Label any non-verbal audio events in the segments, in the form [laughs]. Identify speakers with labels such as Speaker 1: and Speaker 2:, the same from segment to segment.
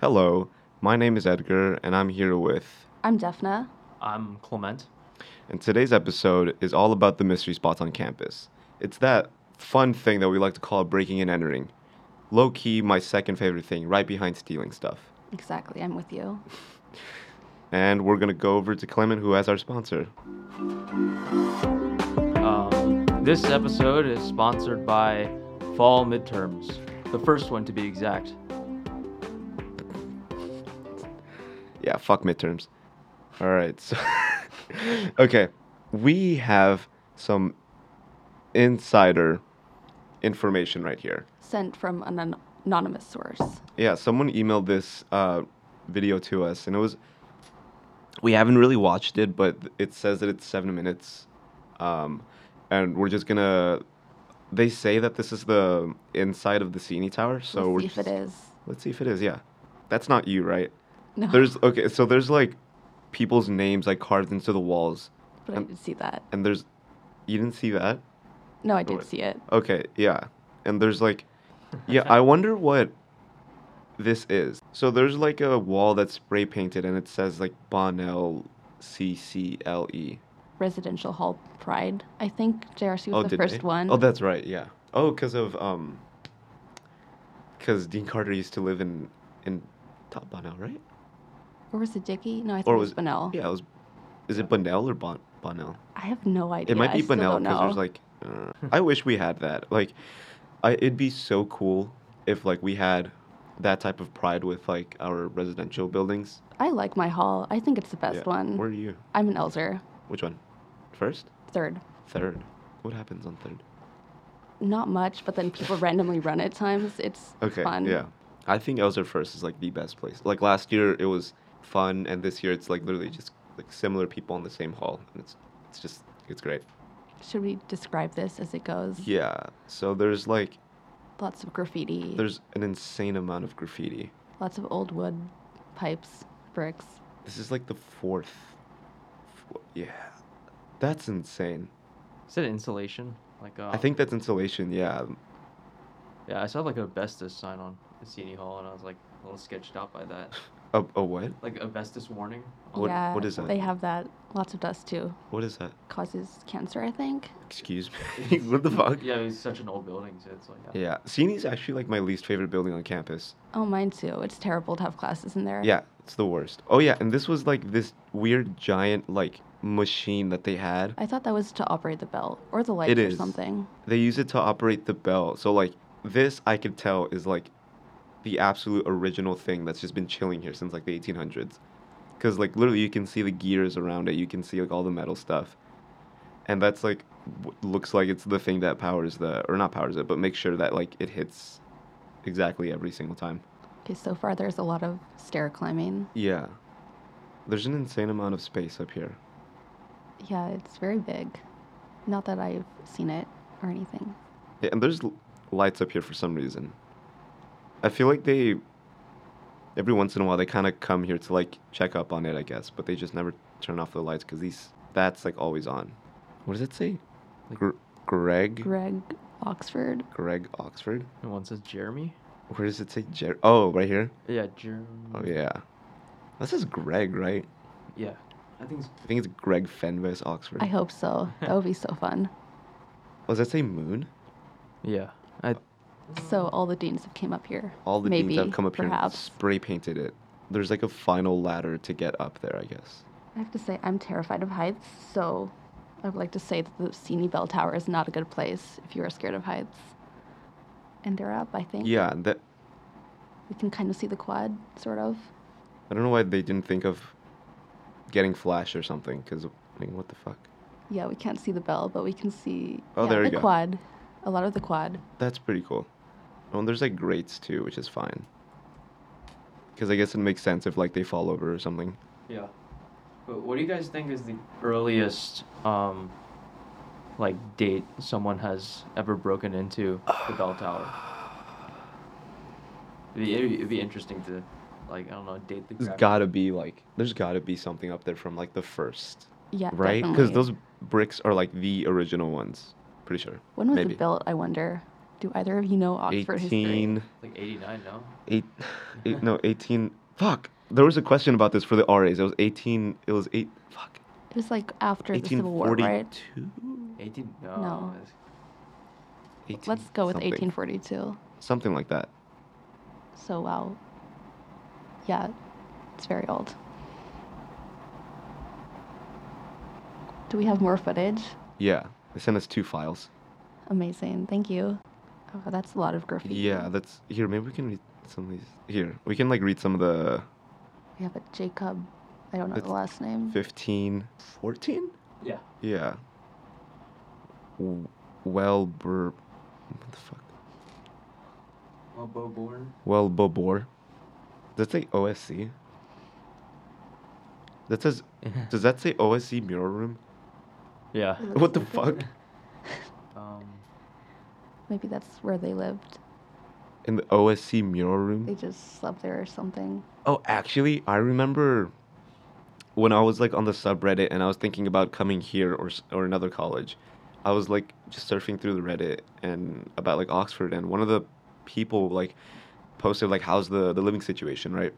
Speaker 1: Hello, my name is Edgar, and I'm here with.
Speaker 2: I'm Daphne.
Speaker 3: I'm Clement.
Speaker 1: And today's episode is all about the mystery spots on campus. It's that fun thing that we like to call breaking and entering. Low key, my second favorite thing, right behind stealing stuff.
Speaker 2: Exactly, I'm with you.
Speaker 1: And we're gonna go over to Clement, who has our sponsor.
Speaker 3: Um, this episode is sponsored by Fall Midterms, the first one to be exact.
Speaker 1: Yeah, fuck midterms. All right. So [laughs] okay, we have some insider information right here.
Speaker 2: Sent from an an- anonymous source.
Speaker 1: Yeah, someone emailed this uh, video to us, and it was. We haven't really watched it, but th- it says that it's seven minutes, um, and we're just gonna. They say that this is the inside of the CNE Tower, so
Speaker 2: we'll
Speaker 1: we're
Speaker 2: see if it
Speaker 1: just-
Speaker 2: is.
Speaker 1: Let's see if it is. Yeah, that's not you, right?
Speaker 2: No,
Speaker 1: There's okay. So there's like people's names like carved into the walls,
Speaker 2: but I
Speaker 1: um,
Speaker 2: did see that.
Speaker 1: and there's you didn't see that.
Speaker 2: No, I
Speaker 1: oh,
Speaker 2: did
Speaker 1: wait.
Speaker 2: see it.
Speaker 1: Okay, yeah. And there's
Speaker 2: [laughs]
Speaker 1: like yeah, I wonder what this is. So there's like a wall that's spray painted and it says like Bonnell C C L E.
Speaker 2: Residential Hall Pride. I think JRC
Speaker 1: Oh,
Speaker 2: was the
Speaker 1: did
Speaker 2: first
Speaker 1: they?
Speaker 2: one.
Speaker 1: Oh, that's right. Yeah. Oh, because of um, because Dean Carter used to live in in Top Bonnell, right?
Speaker 2: or was it Dickey? No, I think
Speaker 1: Or
Speaker 2: it was
Speaker 1: was
Speaker 2: Bunnell.
Speaker 1: Yeah, it was. Is it Bonnell or Bon Bonnell?
Speaker 2: I have no idea.
Speaker 1: It might
Speaker 2: I
Speaker 1: be
Speaker 2: still
Speaker 1: Bunnell
Speaker 2: don't
Speaker 1: because there's
Speaker 2: know.
Speaker 1: like. Uh, I wish we had that. Like, I it'd be so cool if like we had that type of pride with like our residential buildings.
Speaker 2: I like my hall. I think it's the best
Speaker 1: Yeah.
Speaker 2: one.
Speaker 1: Where are you?
Speaker 2: I'm an Elzer.
Speaker 1: Which one? First?
Speaker 2: Third.
Speaker 1: Third. What happens on third?
Speaker 2: Not much, but then
Speaker 1: [laughs]
Speaker 2: people randomly run at times. It's
Speaker 1: Okay.
Speaker 2: fun.
Speaker 1: Yeah. I think Elzer First is like the best place. Like last year it was fun and this year it's like literally just like similar people in the same hall and it's it's just it's great.
Speaker 2: Should we describe this as it goes?
Speaker 1: Yeah. So there's like
Speaker 2: Lots of graffiti.
Speaker 1: there's an insane amount of graffiti.
Speaker 2: lots of old wood pipes, bricks.
Speaker 1: This is like the fourth. fo- yeah. That's insane.
Speaker 3: Is that insulation? Like uh,
Speaker 1: I think that's insulation. Yeah.
Speaker 3: Yeah, I saw like a asbestos sign on the CD hall, and I was like a little sketched out by that.
Speaker 1: A, a what?
Speaker 3: Like asbestos warning. on-
Speaker 1: What-
Speaker 2: yeah,
Speaker 1: what is that?
Speaker 2: They have that. Lots of dust too.
Speaker 1: What is that?
Speaker 2: Causes cancer, I think.
Speaker 1: Excuse [laughs] me. [laughs] what the fuck?
Speaker 3: Yeah, it's such an old building, so it's like. Yeah.
Speaker 1: Yeah. CNE is actually like my least favorite building on campus.
Speaker 2: Oh, mine too. It's terrible to have classes in there.
Speaker 1: Yeah, it's the worst. Oh yeah, and this was like this weird giant like machine that they had.
Speaker 2: I thought that was to operate the bell or the lights
Speaker 1: It
Speaker 2: or
Speaker 1: is.
Speaker 2: something.
Speaker 1: They use it to operate the bell. So like this I could tell is like the absolute original thing that's just been chilling here since like the 1800s. Cuz like literally you can see the gears around it. You can see like all the metal stuff. And that's like w- looks like it's the thing that powers the or not powers it, but makes sure that like it hits exactly every single time.
Speaker 2: Okay, so far there's a lot of stair climbing.
Speaker 1: Yeah. There's an insane amount of space up here.
Speaker 2: Yeah, it's very big. Not that I've seen it or anything.
Speaker 1: Yeah, and there's l- lights up here for some reason. I feel like they, every once in a while, they kind of come here to like check up on it, I guess, but they just never turn off the lights because these, that's like always on. What does it say?
Speaker 3: Like-
Speaker 1: Gr- Greg?
Speaker 2: Greg Oxford.
Speaker 1: Greg Oxford?
Speaker 3: And one says Jeremy.
Speaker 1: Where does it say Jer? Oh, right here?
Speaker 3: Yeah, Jeremy.
Speaker 1: Oh, yeah. This is Greg, right?
Speaker 3: Yeah, I think. It's,
Speaker 1: I think it's Greg Fenwes Oxford.
Speaker 2: I hope so. That would be so
Speaker 1: [laughs]
Speaker 2: fun.
Speaker 1: Oh, does that say moon?
Speaker 3: yeah, I.
Speaker 2: So all the deans have came up here.
Speaker 1: All the
Speaker 2: Maybe,
Speaker 1: deans have come up here and
Speaker 2: perhaps.
Speaker 1: spray painted it. There's like a final ladder to get up there, I guess.
Speaker 2: I have to say, I'm terrified of heights, so I would like to say that the Sini Bell Tower is not a good place if you are scared of heights. And they're up, I think.
Speaker 1: Yeah, and that
Speaker 2: We can kind of see the quad, sort of.
Speaker 1: I don't know why they didn't think of getting Flash or something. Cause I mean, what the fuck?
Speaker 2: Yeah, we can't see the bell, but we can see
Speaker 1: Oh,
Speaker 2: yeah,
Speaker 1: there you
Speaker 2: the
Speaker 1: go.
Speaker 2: quad. A lot of the quad.
Speaker 1: That's pretty cool. Oh, and there's like grates too, which is fine. Cause I guess it makes sense if like they fall over or something.
Speaker 3: Yeah. But what do you guys think is the earliest um like date someone has ever broken into the bell tower? It'd be, it'd be- it'd be interesting to like I don't know, date the
Speaker 1: There's
Speaker 3: grab-
Speaker 1: gotta be like, there's gotta be something up there from like the first,
Speaker 2: Yeah,
Speaker 1: right?
Speaker 2: definitely.
Speaker 1: Cause those bricks are like the original ones. Pretty sure.
Speaker 2: When was
Speaker 1: Maybe.
Speaker 2: it built? I wonder. Do either of you know Oxford history?
Speaker 1: 18
Speaker 3: Like 89, no?
Speaker 1: eight, eight no 18 fuck there was a question about this for the RAs it was 18 it was 8 fuck
Speaker 2: It was like after the Civil War, right?
Speaker 1: 1842
Speaker 3: 18? No.
Speaker 2: No.
Speaker 3: it's-
Speaker 1: 18
Speaker 2: Let's go with
Speaker 1: something.
Speaker 2: 1842.
Speaker 1: something like that
Speaker 2: So wow. Yeah, it's very old. Do we have more footage?
Speaker 1: yeah they sent us two files
Speaker 2: Amazing. Thank you. Oh, that's a lot of graffiti.
Speaker 1: yeah that's here maybe we can read some of these here we can like read some of the
Speaker 2: We have a Jacob. I don't know
Speaker 1: That's
Speaker 2: the last name.
Speaker 1: 15 14
Speaker 3: Yeah.
Speaker 1: Yeah. W- Welber. What the fuck?
Speaker 3: Well, Bo Born.
Speaker 1: Welbobor. Does that say OSC? That says. Does that say OSC Mirror Room?
Speaker 3: Yeah.
Speaker 2: It looks
Speaker 1: What the
Speaker 2: like
Speaker 1: fuck?
Speaker 2: [laughs] it.
Speaker 3: Um,
Speaker 2: Maybe that's where they lived.
Speaker 1: In the OSC Mirror
Speaker 2: They
Speaker 1: Room?
Speaker 2: just slept there or something.
Speaker 1: Oh, actually, I remember when I was like on the subreddit and I was thinking about coming here or, s- or another college. I was like just surfing through the Reddit and about like Oxford and one of the people like posted like how's the the living situation, right?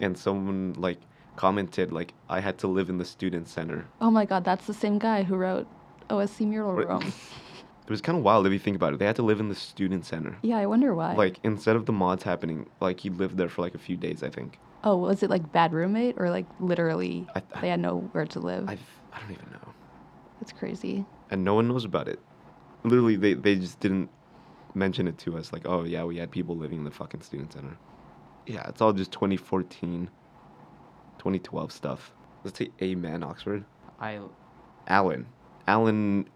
Speaker 1: And someone like commented like I had to live in the student center.
Speaker 2: Oh my god, that's the same guy who wrote OSC Mural
Speaker 1: Right.
Speaker 2: Room.
Speaker 1: It was kind of wild if you think about it. They had to live in the student center.
Speaker 2: yeah, I wonder why.
Speaker 1: Like instead of the mods happening, like he lived there for like a few days, I think.
Speaker 2: oh, was it like bad roommate or like literally
Speaker 1: I, I,
Speaker 2: they had nowhere to live?
Speaker 1: I've, I don't even know.
Speaker 2: That's crazy.
Speaker 1: and no one knows about it. Literally, they, they just didn't mention it to us. Like, oh yeah, we had people living in the fucking student center. Yeah, it's all just 2014, 2012 stuff. Let's say Amen Oxford.
Speaker 3: I
Speaker 1: Allen, Allen,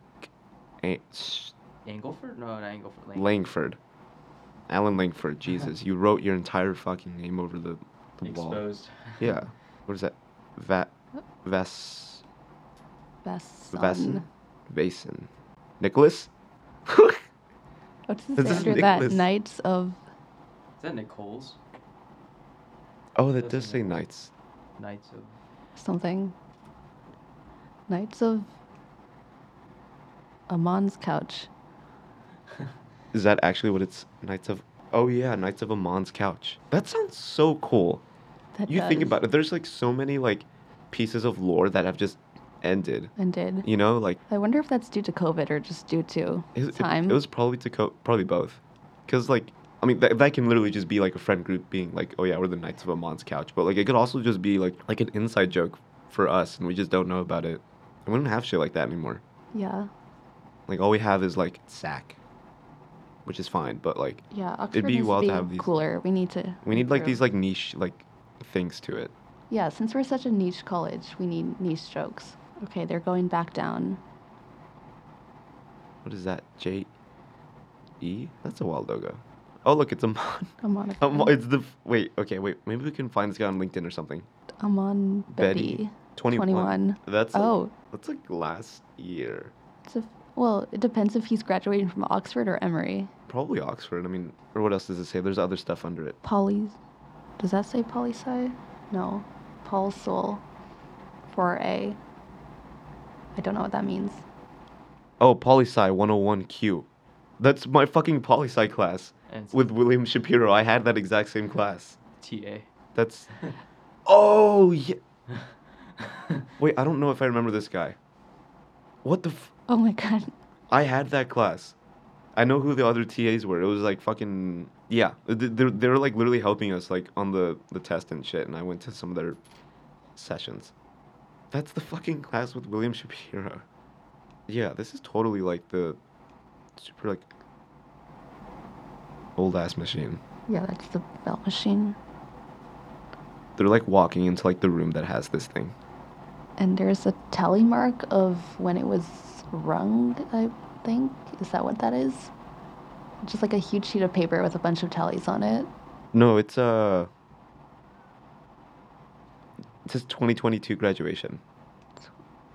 Speaker 1: A- S-
Speaker 3: Angleford? No, not Angleford. Lang-
Speaker 1: Langford, Allen Langford. Jesus, you wrote your entire fucking name over the, the wall.
Speaker 3: Exposed.
Speaker 1: Yeah. What is that? Va, Vas,
Speaker 2: Best
Speaker 1: Vason,
Speaker 2: son.
Speaker 1: Vason, Nicholas. [laughs]
Speaker 2: What's
Speaker 1: This
Speaker 2: this
Speaker 1: is
Speaker 2: Oh, after that?
Speaker 1: Nicholas.
Speaker 2: Knights of
Speaker 3: [laughs] Is that Nicole's?
Speaker 1: Oh, that
Speaker 3: That's
Speaker 1: does say
Speaker 3: Nicholas.
Speaker 1: Knights.
Speaker 3: Knights of.
Speaker 2: something. Knights of Amon's couch.
Speaker 1: Is that actually what it's Knights of? Oh yeah, Knights of Amon's couch. That sounds so cool.
Speaker 2: That
Speaker 1: you think
Speaker 2: does
Speaker 1: about it. There's like so many like pieces of lore that have just ended.
Speaker 2: and did.
Speaker 1: You know, like
Speaker 2: I wonder if that's due to COVID or just due to
Speaker 1: it, it-
Speaker 2: time.
Speaker 1: It, was probably to co- probably both, because like I mean that, that can literally just be like a friend group being like, oh yeah, we're the Knights of Amon's couch. But like it could also just be like like an inside joke for us, and we just don't know about it. And we don't have shit like that anymore.
Speaker 2: yeah,
Speaker 1: Like all we have is like sack, which is fine. But like
Speaker 2: yeah. Oxford
Speaker 1: be
Speaker 2: is
Speaker 1: wild to
Speaker 2: being
Speaker 1: have these-
Speaker 2: cooler. We need to.
Speaker 1: we need like
Speaker 2: improve.
Speaker 1: these like niche like things to it.
Speaker 2: Yeah, since we're such a niche college, we need niche jokes. Okay, they're going back down.
Speaker 1: What is that? J E? That's a wild logo. Oh, look, it's [laughs] Amon.
Speaker 2: Amon.
Speaker 1: Amon it's the. f- Wait, okay, wait. Maybe we can find this guy on LinkedIn or something.
Speaker 2: Amon
Speaker 1: Betty.
Speaker 2: Betty.
Speaker 1: 21.
Speaker 2: 21.
Speaker 1: That's.
Speaker 2: Oh,
Speaker 1: Like, that's like last year.
Speaker 2: it's a, well, it depends if he's graduating from Oxford or Emory.
Speaker 1: Probably Oxford. I mean, or what else does it say? There's other stuff under it.
Speaker 2: Poly. Does that say poli sci? No. Paul Soul. 4A. I don't know what that means.
Speaker 1: Oh, Poli Sci 101Q. That's my fucking Poli Sci class
Speaker 3: And it's
Speaker 1: with William Shapiro. I had that exact same class.
Speaker 3: TA.
Speaker 1: That's. [laughs] Oh, yeah. [laughs] Wait, I don't know if I remember this guy. What the. F-
Speaker 2: Oh my god.
Speaker 1: I had that class. I know who the other TAs were. It was like fucking yeah. They, they, they were like literally helping us like on the the test and shit. And I went to some of their sessions. That's the fucking class with William Shapiro. Yeah, this is totally like the super like old ass machine.
Speaker 2: Yeah, that's the bell machine.
Speaker 1: They're like walking into like the room that has this thing.
Speaker 2: And there's a tally mark of when it was rung, I think. Is that what that is? Just like a huge sheet of paper with a bunch of tallies on it.
Speaker 1: No, it's uh. It says 2022 graduation.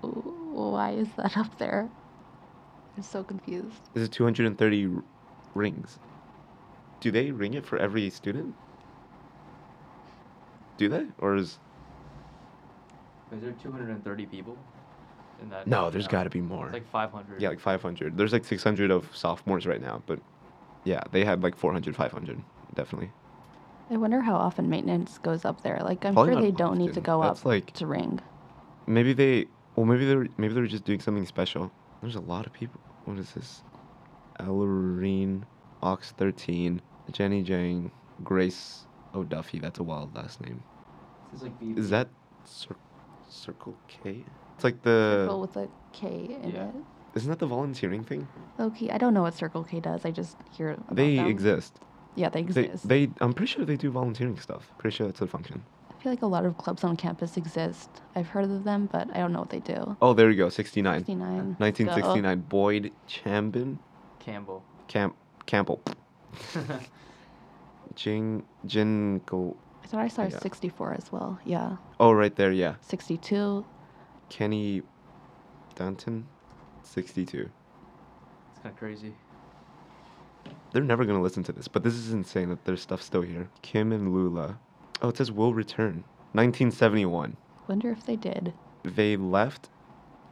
Speaker 2: Ooh, Why is that up there? I'm so confused.
Speaker 1: This is 230 r- rings. Do they ring it for every student? Do they? Or is.
Speaker 3: Is there 230 people in that?
Speaker 1: No, there's
Speaker 3: no.
Speaker 1: got to be more.
Speaker 3: It's like 500.
Speaker 1: yeah, like 500. There's like 600 of sophomores right now, but Yeah, they had like 400, 500, definitely.
Speaker 2: I wonder how often maintenance goes up there. Like I'm
Speaker 1: Probably
Speaker 2: sure
Speaker 1: not
Speaker 2: they don't need to
Speaker 1: often.
Speaker 2: go
Speaker 1: That's
Speaker 2: up
Speaker 1: like-
Speaker 2: to ring.
Speaker 1: Maybe they, well, maybe they're maybe they're just doing something special. There's a lot of people. What is this? Ellerine, Ox thirteen, Jenny Jang, Grace O'Duffy. That's a wild last name.
Speaker 3: It's like the-
Speaker 1: Is that cir- Circle K? It's like the
Speaker 2: Circle with a K in
Speaker 3: Yeah.
Speaker 2: it.
Speaker 1: isn't that the volunteering thing?
Speaker 2: Okay, I don't know what Circle K does. I just hear about
Speaker 1: they
Speaker 2: them.
Speaker 1: exist.
Speaker 2: Yeah, they
Speaker 1: They,
Speaker 2: exist.
Speaker 1: they I'm pretty sure they do volunteering stuff. Pretty sure that's a function.
Speaker 2: I feel like a lot of clubs on campus exist. I've heard of them, but I don't know what they do.
Speaker 1: Oh, there you go. 69.
Speaker 2: 69.
Speaker 1: 1969. Boyd Chambin [laughs]
Speaker 3: Campbell.
Speaker 1: Camp Campbell. Jing Jingle.
Speaker 2: I thought I saw
Speaker 1: Yeah.
Speaker 2: 64 as well. Yeah.
Speaker 1: Oh, right there. Yeah.
Speaker 2: 62.
Speaker 1: Kenny Danton, 62.
Speaker 3: it's kind of crazy.
Speaker 1: They're never going to listen to this, but this is insane that there's stuff still here. Kim and Lula. Oh, it says will return. 1971.
Speaker 2: Wonder if they did.
Speaker 1: They left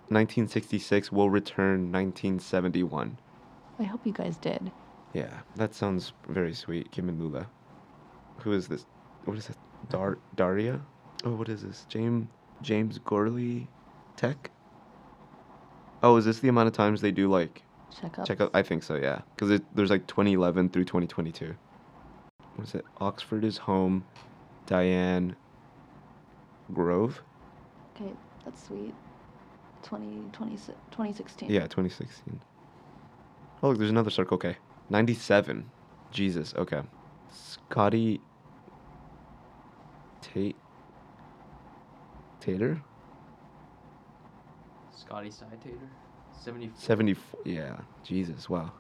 Speaker 1: 1966, will return 1971.
Speaker 2: I hope you guys did.
Speaker 1: Yeah, that sounds very sweet. Kim and Lula. Who is this? What is that? Dar- Daria? Oh, what is this? James James Gorley Tech? Oh, is this the amount of times they do like
Speaker 2: Check up.
Speaker 1: Check out. I think so. Yeah, because there's like 2011 through 2022. What is it? Oxford is home. Diane. Grove.
Speaker 2: Okay, that's sweet. 20, 20, 2016.
Speaker 1: Yeah, 2016. Oh look, there's another circle. Okay, 97. Jesus. Okay. Scotty. Tate. Tater.
Speaker 3: Scotty Sidetater. 74.
Speaker 1: 74. Yeah. Jesus. Wow.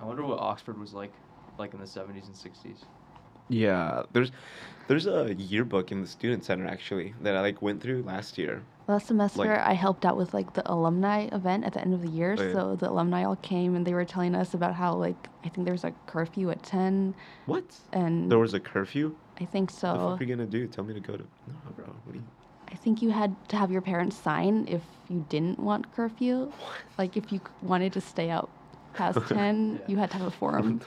Speaker 3: I wonder what Oxford was like, like in the 70s and 60s.
Speaker 1: Yeah. There's, there's a yearbook in the student center actually that I like went through last year.
Speaker 2: Last semester, I helped out with like the alumni event at the end of the year.
Speaker 1: Oh, yeah.
Speaker 2: So the alumni all came and they were telling us about how like I think there was a curfew at 10,
Speaker 1: What?
Speaker 2: and
Speaker 1: There was a curfew.
Speaker 2: I think
Speaker 1: What the
Speaker 2: so.
Speaker 1: fuck are you gonna do? Tell me to go to. No, bro. What are you...
Speaker 2: I think you had to have your parents sign if you didn't want curfew. [laughs] Like if you c- wanted to stay out
Speaker 1: [laughs]
Speaker 2: past 10,
Speaker 3: Yeah.
Speaker 2: you had to have a forum.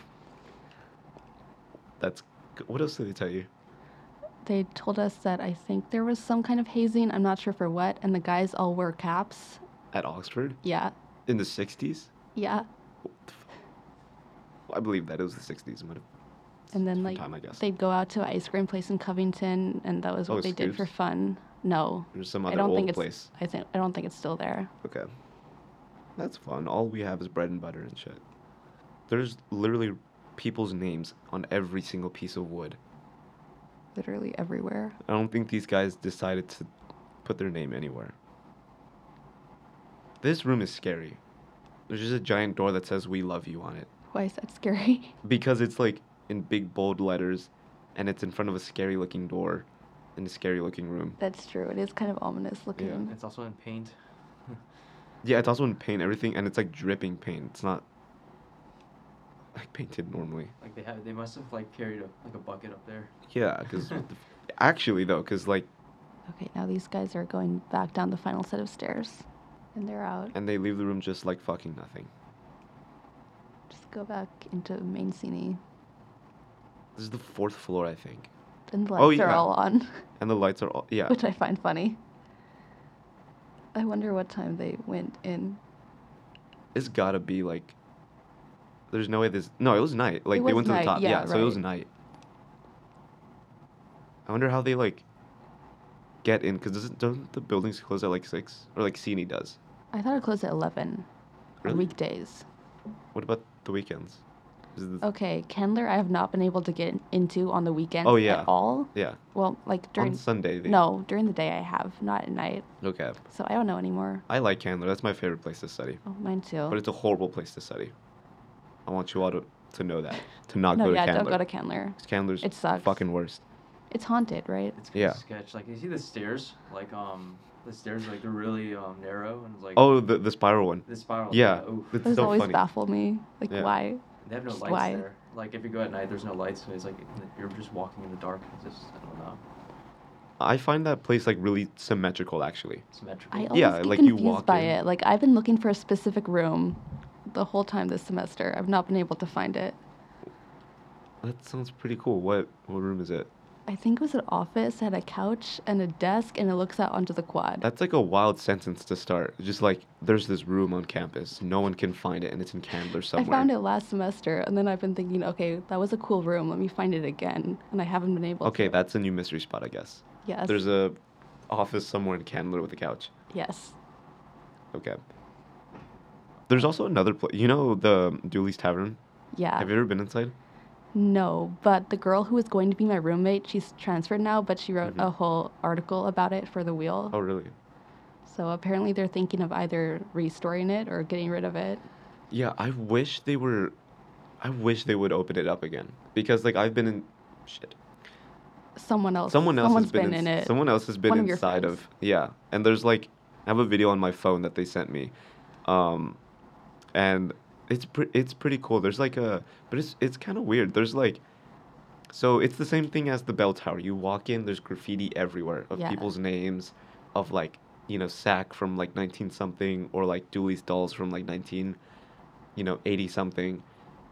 Speaker 1: That's. g- What else did they tell you?
Speaker 2: they told us that I think there was some kind of hazing, I'm not sure for what, and the guys all wore caps.
Speaker 1: At Oxford
Speaker 2: Yeah,
Speaker 1: in the '60s.
Speaker 2: yeah.
Speaker 1: I believe that it was the '60s. Might have.
Speaker 2: And then
Speaker 1: Different
Speaker 2: like
Speaker 1: time, I guess.
Speaker 2: they'd go out to an ice cream place in Covington, and that was what
Speaker 1: Oh,
Speaker 2: they did for
Speaker 1: Scoops?
Speaker 2: fun. No,
Speaker 1: There's some
Speaker 2: I
Speaker 1: other
Speaker 2: don't
Speaker 1: old
Speaker 2: think it's.
Speaker 1: place.
Speaker 2: I think I don't think it's still there.
Speaker 1: Okay. That's fun. All we have is bread and butter and shit. There's literally people's names on every single piece of wood.
Speaker 2: Literally everywhere.
Speaker 1: I don't think these guys decided to put their name anywhere. This room is scary. There's just a giant door that says "We love you" on it.
Speaker 2: Why is that scary? [laughs]
Speaker 1: because it's like in big bold letters and it's in front of a scary looking door in a scary looking room
Speaker 2: That's true. It is kind of ominous looking.
Speaker 3: It's also in paint.
Speaker 1: yeah it's also in paint everything and it's like dripping paint it's not like painted normally
Speaker 3: Like they have, they must have like carried a like a bucket up there.
Speaker 1: yeah
Speaker 3: [laughs]
Speaker 1: because actually though because like
Speaker 2: Okay, now these guys are going back down the final set of stairs, and they're out.
Speaker 1: and they leave the room just like fucking nothing
Speaker 2: Just go back into main scene.
Speaker 1: this is the fourth floor i think
Speaker 2: And the lights
Speaker 1: Oh,
Speaker 2: are
Speaker 1: yeah.
Speaker 2: all on,
Speaker 1: and the lights are all [laughs] yeah
Speaker 2: [laughs] which I find funny. I wonder what time they went in.
Speaker 1: it's gotta be like there's no way this no it was night like they went
Speaker 2: was
Speaker 1: to
Speaker 2: night,
Speaker 1: the top
Speaker 2: yeah,
Speaker 1: yeah, so it was
Speaker 2: right.
Speaker 1: night i wonder how they like get in because doesn't don't the buildings close at like six or like CNE does
Speaker 2: I thought it closed at 11 on
Speaker 1: Really?
Speaker 2: weekdays.
Speaker 1: what about the weekends Is it-
Speaker 2: Okay, Kendler, I have not been able to get into on the weekends
Speaker 1: Oh, yeah.
Speaker 2: at all.
Speaker 1: yeah
Speaker 2: Well, like
Speaker 1: on
Speaker 2: during
Speaker 1: sunday they,
Speaker 2: no during the day I have, not at night.
Speaker 1: okay
Speaker 2: So I don't know anymore.
Speaker 1: i like candler that's my favorite place to study
Speaker 2: Oh, mine too.
Speaker 1: but it's a horrible place to study i want you all to, to know that to not
Speaker 2: [laughs] no,
Speaker 1: go to
Speaker 2: yeah,
Speaker 1: candler
Speaker 2: don't go to Kendler.
Speaker 1: 'Cause candler's
Speaker 2: It sucks.
Speaker 1: fucking worst
Speaker 2: It's haunted, right?
Speaker 3: It's kind
Speaker 1: Yeah.
Speaker 3: of sketch. Like you see the stairs, like um the stairs like they're really um narrow and it's like
Speaker 1: oh the, the spiral one
Speaker 3: the spiral.
Speaker 1: yeah
Speaker 3: oof.
Speaker 1: it's
Speaker 2: Those
Speaker 1: so
Speaker 2: always
Speaker 1: funny
Speaker 2: baffle me. Like
Speaker 1: Yeah.
Speaker 2: why?
Speaker 3: They have no
Speaker 2: Just
Speaker 3: lights
Speaker 2: why?
Speaker 3: there. Like if you go at night, there's no lights, so it's like you're just walking in the dark. It's just I don't know.
Speaker 1: I find that place like really symmetrical actually.
Speaker 3: Symmetrical.
Speaker 2: I always
Speaker 1: Yeah,
Speaker 2: get
Speaker 1: like, you
Speaker 2: confused
Speaker 1: walk
Speaker 2: by
Speaker 1: in-
Speaker 2: it. Like I've been looking for a specific room the whole time this semester. I've not been able to find it.
Speaker 1: That sounds pretty cool. What what room is it?
Speaker 2: I think it was an office, had a couch and a desk, and it looks out onto the quad.
Speaker 1: That's like a wild sentence to start. Just like there's this room on campus, no one can find it, and it's in Candler somewhere.
Speaker 2: I found it last semester, and then I've been thinking, okay, that was a cool room. Let me find it again, and I haven't been able.
Speaker 1: Okay,
Speaker 2: to.
Speaker 1: that's a new mystery spot, I guess.
Speaker 2: yes,
Speaker 1: There's a office somewhere in Candler with a couch.
Speaker 2: yes.
Speaker 1: Okay. There's also another place. You know the Dooley's Tavern.
Speaker 2: Yeah.
Speaker 1: Have you ever been inside?
Speaker 2: no, but the girl who was going to be my roommate, she's transferred now, but she wrote
Speaker 1: Mhm.
Speaker 2: a whole article about it for the wheel.
Speaker 1: Oh, really?
Speaker 2: So apparently they're thinking of either restoring it or getting rid of it.
Speaker 1: Yeah, I wish they were. I wish they would open it up again because like I've been in. Shit.
Speaker 2: Someone else.
Speaker 1: Someone else
Speaker 2: someone's
Speaker 1: has been,
Speaker 2: in,
Speaker 1: ins-
Speaker 2: it.
Speaker 1: Someone else has been
Speaker 2: One of your
Speaker 1: inside
Speaker 2: friends.
Speaker 1: of yeah. And there's like I have a video on my phone that they sent me, um, and it's pre- it's pretty cool. There's like a but it's it's kind of weird. There's like. So it's the same thing as the bell tower. You walk in, there's graffiti everywhere of
Speaker 2: Yeah.
Speaker 1: people's names, of like you know Sack from like nineteen something or like Dooley's dolls from like nineteen, you know eighty something,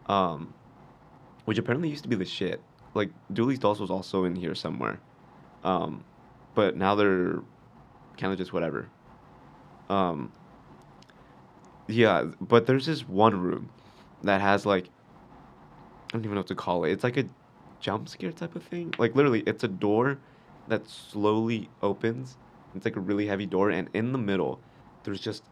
Speaker 1: um, which apparently used to be the shit. Like Dooley's dolls was also in here somewhere, um, but now they're kind of just whatever. Um, yeah, but there's this one room that has like I don't even know what to call it. It's like a jump scare type of thing. Like literally, it's a door that slowly opens. It's like a really heavy door, and in the middle, there's just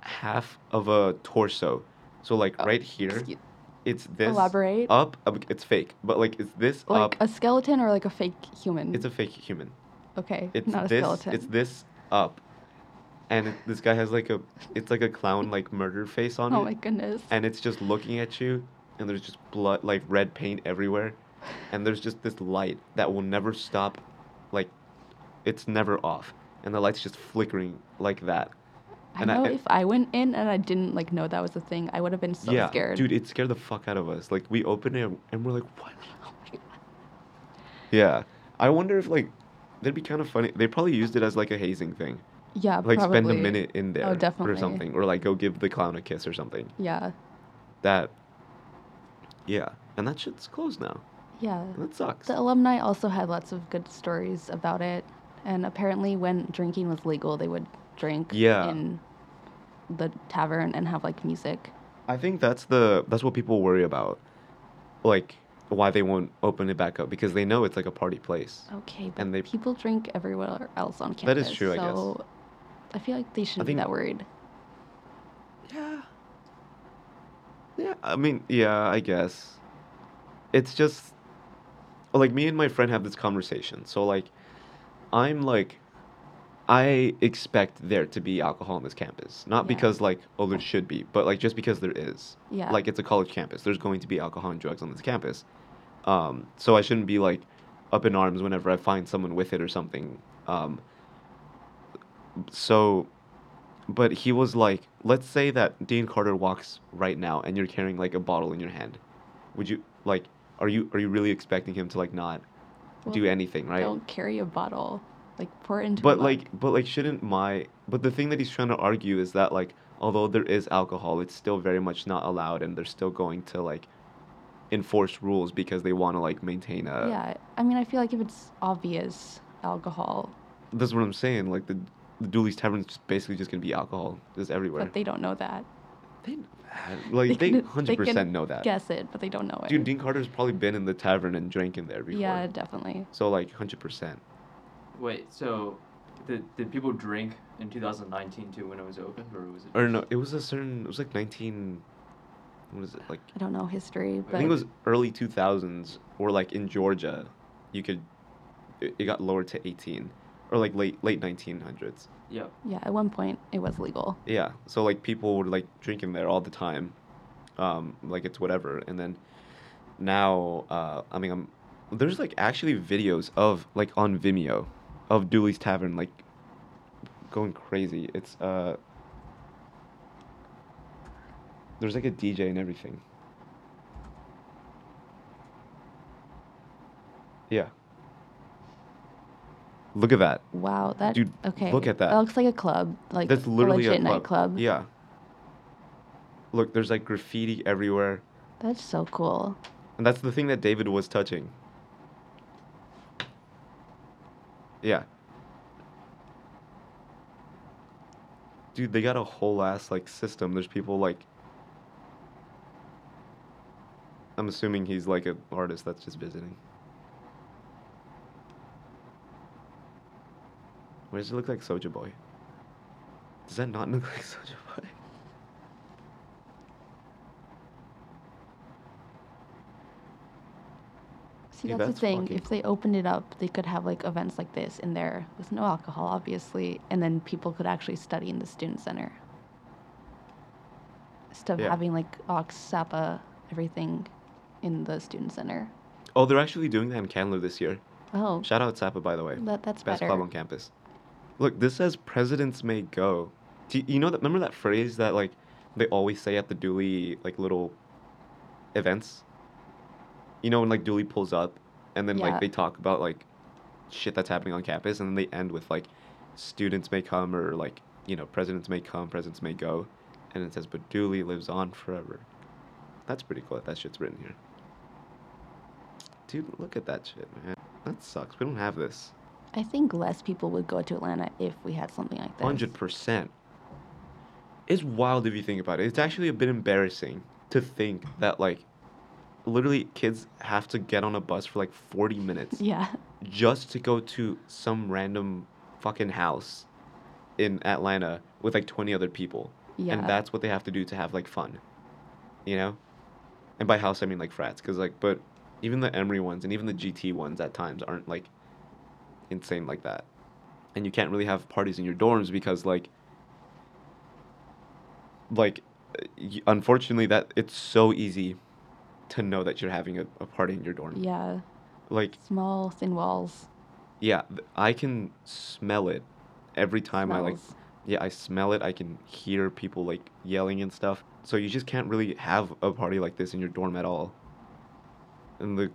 Speaker 1: half of a torso. So like
Speaker 2: Oh,
Speaker 1: right here,
Speaker 2: Excuse-
Speaker 1: it's this
Speaker 2: Elaborate.
Speaker 1: up. up- It's fake, but like it's this
Speaker 2: like um,
Speaker 1: up.
Speaker 2: a skeleton or like a fake human.
Speaker 1: It's a fake human.
Speaker 2: okay,
Speaker 1: It's
Speaker 2: not a
Speaker 1: this.
Speaker 2: skeleton.
Speaker 1: It's this up, and it, this guy has like a. It's like a clown like murder face on
Speaker 2: oh
Speaker 1: it
Speaker 2: my goodness.
Speaker 1: and it's just looking at you and there's just blood like red paint everywhere and there's just this light that will never stop like it's never off and the light's just flickering like that
Speaker 2: I
Speaker 1: and I-
Speaker 2: know
Speaker 1: and-
Speaker 2: if I went in and I didn't like know that was a thing, I would have been so
Speaker 1: yeah
Speaker 2: scared.
Speaker 1: dude it scared the fuck out of us like we open it and we're like what
Speaker 2: Oh my God.
Speaker 1: yeah i wonder if like that'd be kind of funny they probably used it as like a hazing thing
Speaker 2: Yeah,
Speaker 1: like
Speaker 2: probably. Oh,
Speaker 1: spend a minute in there or
Speaker 2: definitely.
Speaker 1: something or like go give the clown a kiss or something
Speaker 2: Yeah,
Speaker 1: that yeah and that shit's closed now
Speaker 2: yeah.
Speaker 1: that sucks
Speaker 2: The alumni also had lots of good stories about it, and apparently, when drinking was legal, they would drink
Speaker 1: Yeah.
Speaker 2: in the tavern and have like music.
Speaker 1: I think that's the that's what people worry about, like why they won't open it back up because they know it's like a party place.
Speaker 2: Okay, but
Speaker 1: And they-
Speaker 2: people drink everywhere else on campus.
Speaker 1: That is true, I guess.
Speaker 2: So I feel like they shouldn't
Speaker 1: think-
Speaker 2: be that worried.
Speaker 1: Yeah. Yeah, I mean, yeah, I guess. It's just like me and my friend have this conversation. So like I'm like I expect there to be alcohol on this campus. Not
Speaker 2: Yeah.
Speaker 1: because like oh there should be, but like just because there is.
Speaker 2: Yeah.
Speaker 1: Like it's a college campus. There's going to be alcohol and drugs on this campus. Um, so I shouldn't be like up in arms whenever I find someone with it or something. Um, so but he was like, let's say that Dean Carter walks right now and you're carrying like a bottle in your hand. Would you like are you are you really expecting him to like not
Speaker 2: Well,
Speaker 1: do anything, right?
Speaker 2: Don't carry a bottle. Like pour it into. a
Speaker 1: But
Speaker 2: mug.
Speaker 1: like but like shouldn't my but the thing that he's trying to argue is that like although there is alcohol, it's still very much not allowed and they're still going to like enforce rules because they want to like maintain a
Speaker 2: yeah, I mean, I feel like if it's obvious alcohol,
Speaker 1: That's what I'm saying. Like the the Dooley's Tavern's just basically just gonna be alcohol just everywhere.
Speaker 2: but they don't know that.
Speaker 1: they, uh, like they
Speaker 2: can-
Speaker 1: hundred percent
Speaker 2: can
Speaker 1: know that.
Speaker 2: Guess it, but they don't know it.
Speaker 1: Dude, Dean Carter's probably been in the tavern and drank in there before.
Speaker 2: yeah, definitely.
Speaker 1: So like hundred percent.
Speaker 3: Wait, so did, did people drink in 2019 too when it was open, or was it?
Speaker 1: Or no, it was a certain. It was like nineteen. What is it like?
Speaker 2: I don't know history, but
Speaker 1: I think it was early two thousands, or like in Georgia, you could. It, it got lowered to eighteen, or like late late nineteen hundreds.
Speaker 3: Yeah.
Speaker 2: yeah, at one point it was legal.
Speaker 1: Yeah. So like people would like drink in there all the time, um, like it's whatever. And then now, uh, I mean, I'm there's like actually videos of like on Vimeo, of Dooley's Tavern like going crazy. It's uh. There's like a DJ and everything. Yeah. Look at that.
Speaker 2: Wow, that
Speaker 1: Dude,
Speaker 2: okay.
Speaker 1: look at that.
Speaker 2: looks like a club, like
Speaker 1: That's literally
Speaker 2: legit
Speaker 1: a club.
Speaker 2: nightclub.
Speaker 1: Yeah. Look, there's like graffiti everywhere,
Speaker 2: that's so cool.
Speaker 1: and that's the thing that David was touching. Yeah. Dude, they got a whole ass like system. There's people like. I'm assuming he's like an artist that's just visiting. Where does it look like Soja Boy? Does that not [laughs] look like Soja Boy?
Speaker 2: See,
Speaker 1: Yeah,
Speaker 2: that's,
Speaker 1: that's
Speaker 2: the thing.
Speaker 1: fucking
Speaker 2: If they opened it up, they could have like events like this in there with no alcohol, obviously, and then people could actually study in the student center. Instead of
Speaker 1: Yeah.
Speaker 2: having like Ox, Sapa, everything in the student center.
Speaker 1: Oh, they're actually doing that in Candler this year.
Speaker 2: Oh,
Speaker 1: Shout out Sapa, by the way.
Speaker 2: that, that's
Speaker 1: Best
Speaker 2: better.
Speaker 1: club on campus. Look, this says presidents may go. Do you, you know that? Remember that phrase that like they always say at the Dooley like little events. You know when like Dooley pulls up, and then
Speaker 2: Yeah.
Speaker 1: like they talk about like shit that's happening on campus, and then they end with like students may come or like you know presidents may come, presidents may go, and it says but Dooley lives on forever. That's pretty cool. that That shit's written here. Dude, look at that shit, man. That sucks. We don't have this.
Speaker 2: I think less people would go to Atlanta if we had something like this.
Speaker 1: Hundred percent. It's wild if you think about it. It's actually a bit embarrassing to think that like, literally, kids have to get on a bus for like forty minutes
Speaker 2: [laughs] Yeah.
Speaker 1: just to go to some random fucking house in Atlanta with like twenty other people,
Speaker 2: Yeah.
Speaker 1: and that's what they have to do to have like fun, you know. And by house I mean like frats, cause like, but even the Emory ones and even the GT ones at times aren't like insane like that and you can't really have parties in your dorms because like like uh, y- unfortunately that it's so easy to know that you're having a, a party in your dorm
Speaker 2: yeah.
Speaker 1: like
Speaker 2: Small, thin walls.
Speaker 1: yeah th- i can smell it every time i like
Speaker 2: smells.
Speaker 1: yeah i smell it i can hear people like yelling and stuff so you just can't really have a party like this in your dorm at all and the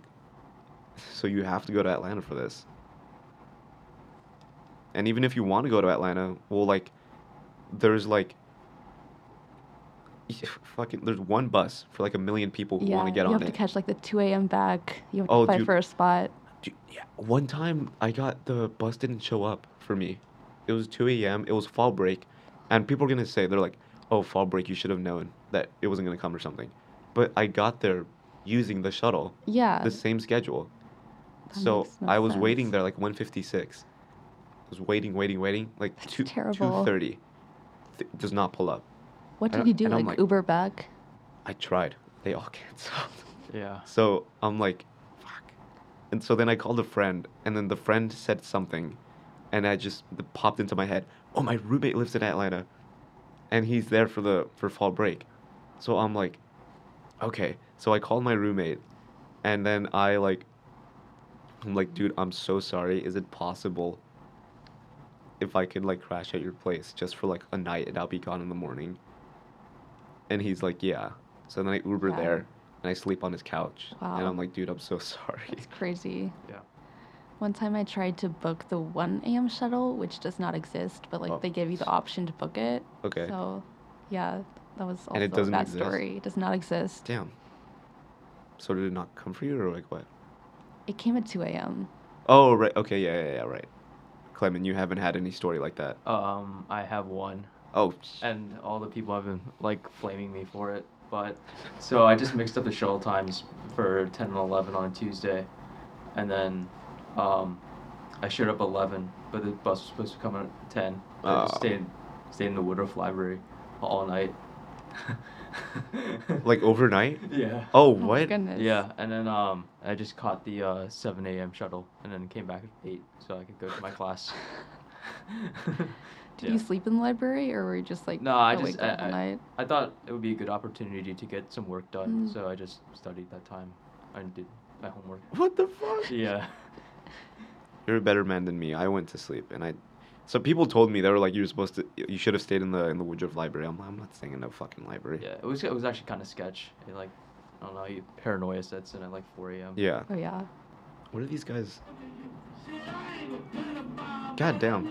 Speaker 1: so you have to go to atlanta for this and even if you want to go to atlanta well like there's like fucking there's one bus for like a million people who
Speaker 2: yeah.
Speaker 1: want to get
Speaker 2: you
Speaker 1: on
Speaker 2: have
Speaker 1: it
Speaker 2: to catch like the 2 a.m. back. You have to
Speaker 1: Oh,
Speaker 2: fight
Speaker 1: dude.
Speaker 2: for a spot.
Speaker 1: Dude, yeah. One time I got the bus didn't show up for me. It was 2 a.m. It was fall break. And people are going to say, they're like, oh, fall break, you should have known that it wasn't going to come or something. But I got there using the shuttle,
Speaker 2: Yeah.
Speaker 1: the same schedule.
Speaker 2: That
Speaker 1: So
Speaker 2: makes no
Speaker 1: I was waiting
Speaker 2: sense.
Speaker 1: there like 156. I was waiting, waiting, waiting. Like
Speaker 2: That's
Speaker 1: 2,
Speaker 2: terrible.
Speaker 1: 2.30. Th- does not pull up.
Speaker 2: What
Speaker 1: and
Speaker 2: did
Speaker 1: I-
Speaker 2: you do?
Speaker 1: and I'm
Speaker 2: Like,
Speaker 1: like-
Speaker 2: Uber
Speaker 1: [laughs]
Speaker 2: back?
Speaker 1: I tried. They all [laughs] canceled.
Speaker 3: Yeah.
Speaker 1: So I'm like, fuck. And so then I called a friend, and then the friend said something, and I just it popped into my head, oh, my roommate lives in Atlanta, and he's there for the for fall break. So I'm like, okay. So I called my roommate, and then I like, I'm like, dude, I'm so sorry. Is it possible? If I could like crash at your place just for like a night and I'll be gone in the morning. And he's like, yeah. So then I Uber
Speaker 2: Wow.
Speaker 1: there and I sleep on his couch. And
Speaker 2: Wow.
Speaker 1: I'm like, dude, I'm so [laughs]
Speaker 2: [laughs]
Speaker 1: sorry.
Speaker 2: It's crazy.
Speaker 3: Yeah.
Speaker 2: One time I tried to book the 1 a.m. shuttle, which does not exist, but like
Speaker 1: Oh.
Speaker 2: they give you the option to book it.
Speaker 1: Okay.
Speaker 2: So, yeah, that was also
Speaker 1: And it doesn't
Speaker 2: a bad
Speaker 1: exist?
Speaker 2: story. It does not exist.
Speaker 1: Damn. So did it not come for you or like what?
Speaker 2: It came at 2 a.m.
Speaker 1: Oh right, okay, yeah, yeah, yeah, right. Clement, you haven't had any story like that.
Speaker 3: Um, I have one,
Speaker 1: Oh,
Speaker 3: and all the people have been like flaming me for it. But so I just mixed up the shuttle times for ten and eleven on Tuesday, and then um, I showed up eleven, but the bus was supposed to come at ten. I
Speaker 1: Oh.
Speaker 3: just stayed stayed in the Woodruff Library all night.
Speaker 1: [laughs] like
Speaker 3: [laughs]
Speaker 1: overnight?
Speaker 3: yeah.
Speaker 1: Oh
Speaker 2: Oh my
Speaker 1: what?
Speaker 2: goodness.
Speaker 3: Yeah, and then um, I just caught the uh, 7 a.m. shuttle, and then came back at 8, so I could go to my class.
Speaker 2: Did
Speaker 3: Yeah.
Speaker 2: you sleep in the library or were you just like
Speaker 3: No, I
Speaker 2: awake
Speaker 3: just-
Speaker 2: the
Speaker 3: I-
Speaker 2: whole night?
Speaker 3: I thought it would be a good opportunity to get some work done,
Speaker 2: Mm.
Speaker 3: so I just studied that time. I did my homework.
Speaker 1: What the fuck?
Speaker 3: Yeah.
Speaker 1: You're a better man than me. I went to sleep and I so people told me they were like you're supposed to you should have stayed in the in the Woodruff library. I'm, I'm not staying in no fucking library.
Speaker 3: Yeah, it was it was actually kind of sketch. It, like, I don't know, you [laughs] paranoia sets in at like 4 a.m.
Speaker 1: yeah.
Speaker 2: Oh yeah.
Speaker 1: What are these guys? God damn.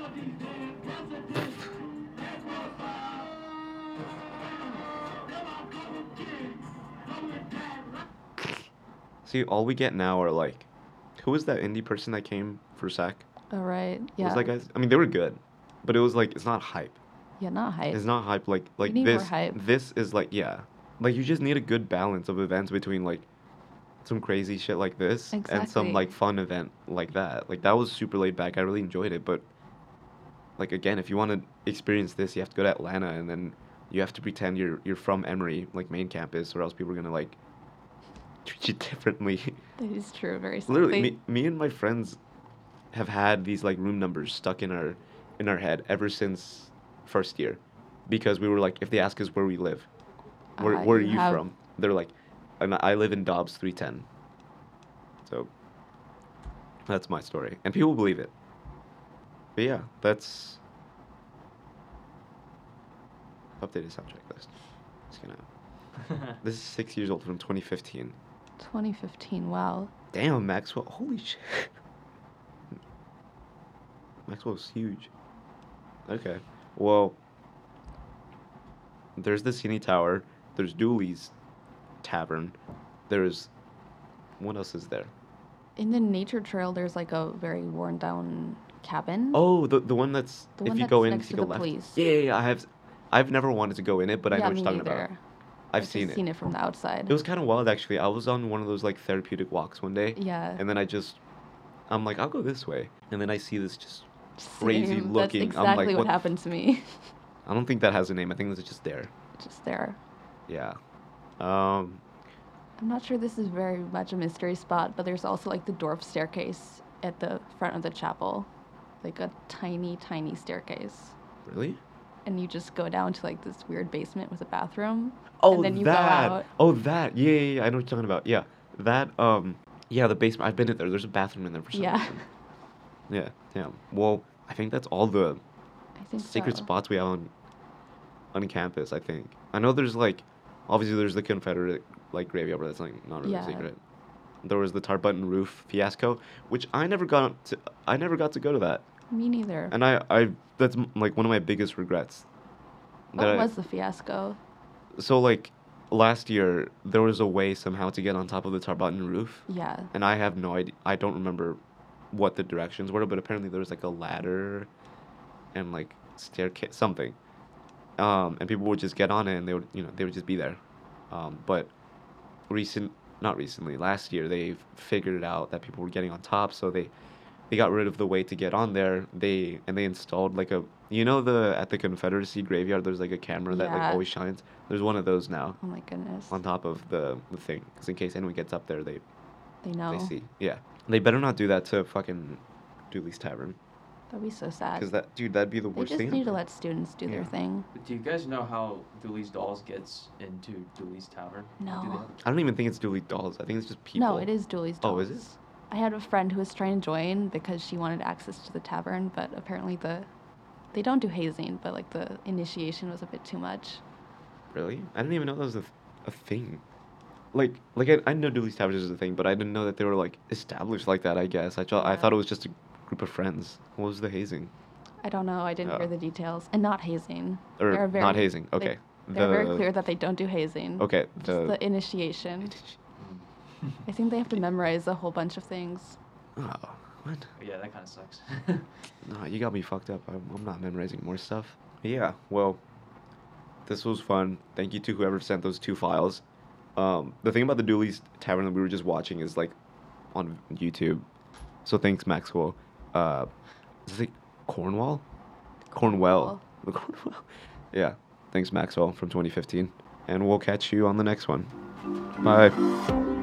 Speaker 1: See, all we get now are like, who was that indie person that came for SAC?
Speaker 2: All right.
Speaker 1: What
Speaker 2: Yeah.
Speaker 1: Was that guys? I mean, they were good, but it was like it's not hype.
Speaker 2: Yeah, not hype.
Speaker 1: It's not hype like like
Speaker 2: need more
Speaker 1: this.
Speaker 2: hype.
Speaker 1: This is like yeah, like you just need a good balance of events between like some crazy shit like this and some
Speaker 2: Exactly.
Speaker 1: like fun event like that. Like that was super laid back. I really enjoyed it, but like again, if you want to experience this, you have to go to Atlanta and then you have to pretend you're you're from Emory, like main campus, or else people are gonna like [laughs] treat you differently.
Speaker 2: That is true. Very simple.
Speaker 1: Literally, me, me and my friends have had these like room numbers stuck in our in our head ever since first year, because we were like, if they ask us where we live, where
Speaker 2: Ah,
Speaker 1: where are
Speaker 2: you
Speaker 1: you
Speaker 2: have-
Speaker 1: from? They're like, and I live in Dobbs three ten. So that's my story, and people believe it. But yeah, that's updated subject list. Just gonna. This is six years old from 2015.
Speaker 2: 2015. Wow.
Speaker 1: Damn, Maxwell. Holy shit. Maxwell's huge. Okay. Well, there's the Cine Tower. There's Dooley's Tavern. There's. What else is there?
Speaker 2: In the nature trail, there's like a very worn down cabin.
Speaker 1: Oh, the, the one that's.
Speaker 2: The
Speaker 1: if
Speaker 2: one
Speaker 1: you
Speaker 2: that's
Speaker 1: go in,
Speaker 2: next
Speaker 1: take
Speaker 2: to
Speaker 1: a
Speaker 2: the
Speaker 1: left.
Speaker 2: police.
Speaker 1: Yeah, yeah, yeah. I have. I've never wanted to go in it, but I know
Speaker 2: Yeah,
Speaker 1: what
Speaker 2: me
Speaker 1: you're talking about.
Speaker 2: neither.
Speaker 1: I've
Speaker 2: just
Speaker 1: seen it.
Speaker 2: seen it from the outside.
Speaker 1: It was kind of wild, actually. I was on one of those like therapeutic walks one day,
Speaker 2: yeah.
Speaker 1: and then I just, I'm like, I'll go this way, and then I see this just
Speaker 2: Same.
Speaker 1: crazy looking. I'm
Speaker 2: That's
Speaker 1: like,
Speaker 2: exactly what,
Speaker 1: what the
Speaker 2: happened to me. [laughs]
Speaker 1: I don't think that has a name. I think that's just there.
Speaker 2: Just there.
Speaker 1: Yeah. Um,
Speaker 2: I'm not sure this is very much a mystery spot, but there's also like the dwarf staircase at the front of the chapel, like a tiny, tiny staircase,
Speaker 1: really?
Speaker 2: and you just go down to like this weird basement with a bathroom.
Speaker 1: Oh,
Speaker 2: then you go
Speaker 1: that.
Speaker 2: out.
Speaker 1: Oh, that. Yeah, yeah, yeah. I know what you're talking about. Yeah, that. Um, yeah, the basement. I've been in there. There's a bathroom in there for some
Speaker 2: Yeah.
Speaker 1: reason. Yeah. Damn. Well, I think that's all the
Speaker 2: I think
Speaker 1: secret
Speaker 2: so.
Speaker 1: spots we have on on campus. I think. I know there's like, obviously there's the Confederate like graveyard, but that's like not really
Speaker 2: Yeah.
Speaker 1: secret. There was the Tarbutton Roof fiasco, which I never got to. I never got to go to that.
Speaker 2: Me neither.
Speaker 1: And I, I that's m- like one of my biggest regrets.
Speaker 2: what
Speaker 1: I-
Speaker 2: Oh, was the fiasco?
Speaker 1: so like last year there was a way somehow to get on top of the Tarbutton roof,
Speaker 2: Yeah.
Speaker 1: and I have no idea. I don't remember what the directions were, but apparently there was like a ladder, and like staircase something, um, and people would just get on it and they would you know they would just be there, um, but recent not recently last year they figured out that people were getting on top, so they they got rid of the way to get on there. They and they installed like a you know the at the Confederacy graveyard there's like a camera that
Speaker 2: Yeah.
Speaker 1: like always shines. There's one of those now
Speaker 2: Oh my goodness.
Speaker 1: on top of the, the thing because in case anyone gets up there they
Speaker 2: They know.
Speaker 1: they see yeah they better not do that to fucking Dooley's Tavern
Speaker 2: That'd be so sad.
Speaker 1: because that dude that'd be the
Speaker 2: They
Speaker 1: worst
Speaker 2: just
Speaker 1: thing.
Speaker 2: need to
Speaker 1: ever.
Speaker 2: let students do their
Speaker 1: Yeah.
Speaker 2: thing.
Speaker 3: do you guys know how Dooley's Dolls gets into Dooley's Tavern? Do they
Speaker 2: No.
Speaker 3: have-
Speaker 1: I don't even think it's Dooley dolls. I think it's just people.
Speaker 2: No, it is Dooley's Dolls.
Speaker 1: Oh, is it?
Speaker 2: I had a friend who was trying to join because she wanted access to the tavern, but apparently the they don't do hazing, but like the initiation was a bit too much.
Speaker 1: Really? I didn't even know that was a, th- a thing. Like, like I, I know Dooley's Tavern is a thing, but I didn't know that they were like established like that. I guess I thought I
Speaker 2: Yeah.
Speaker 1: thought it was just a group of friends. What was the hazing?
Speaker 2: I don't know. I didn't
Speaker 1: Oh.
Speaker 2: hear the details. And not hazing.
Speaker 1: Or
Speaker 2: They're very-
Speaker 1: not hazing?
Speaker 2: they-
Speaker 1: Okay.
Speaker 2: They're very
Speaker 1: The-
Speaker 2: clear that they don't do hazing.
Speaker 1: Okay.
Speaker 2: Mm-hmm. Just
Speaker 1: The,
Speaker 2: the,
Speaker 1: [laughs]
Speaker 2: initiation.
Speaker 3: Mm.
Speaker 2: I think they have to memorize a whole bunch of things.
Speaker 1: oh, what?
Speaker 3: Yeah, that kind of sucks. [laughs]
Speaker 1: No, you got me fucked up. I'm, I'm not memorizing more stuff. Yeah. Well, this was fun. Thank you to whoever sent those two files. Um, the thing about the Dooley's Tavern that we were just watching is like on YouTube. So thanks, Maxwell. Uh, is it Cornwall? Cornwell. The [laughs] Cornwell. Yeah. Thanks, Maxwell, from 2015. And we'll catch you on the next one. Bye.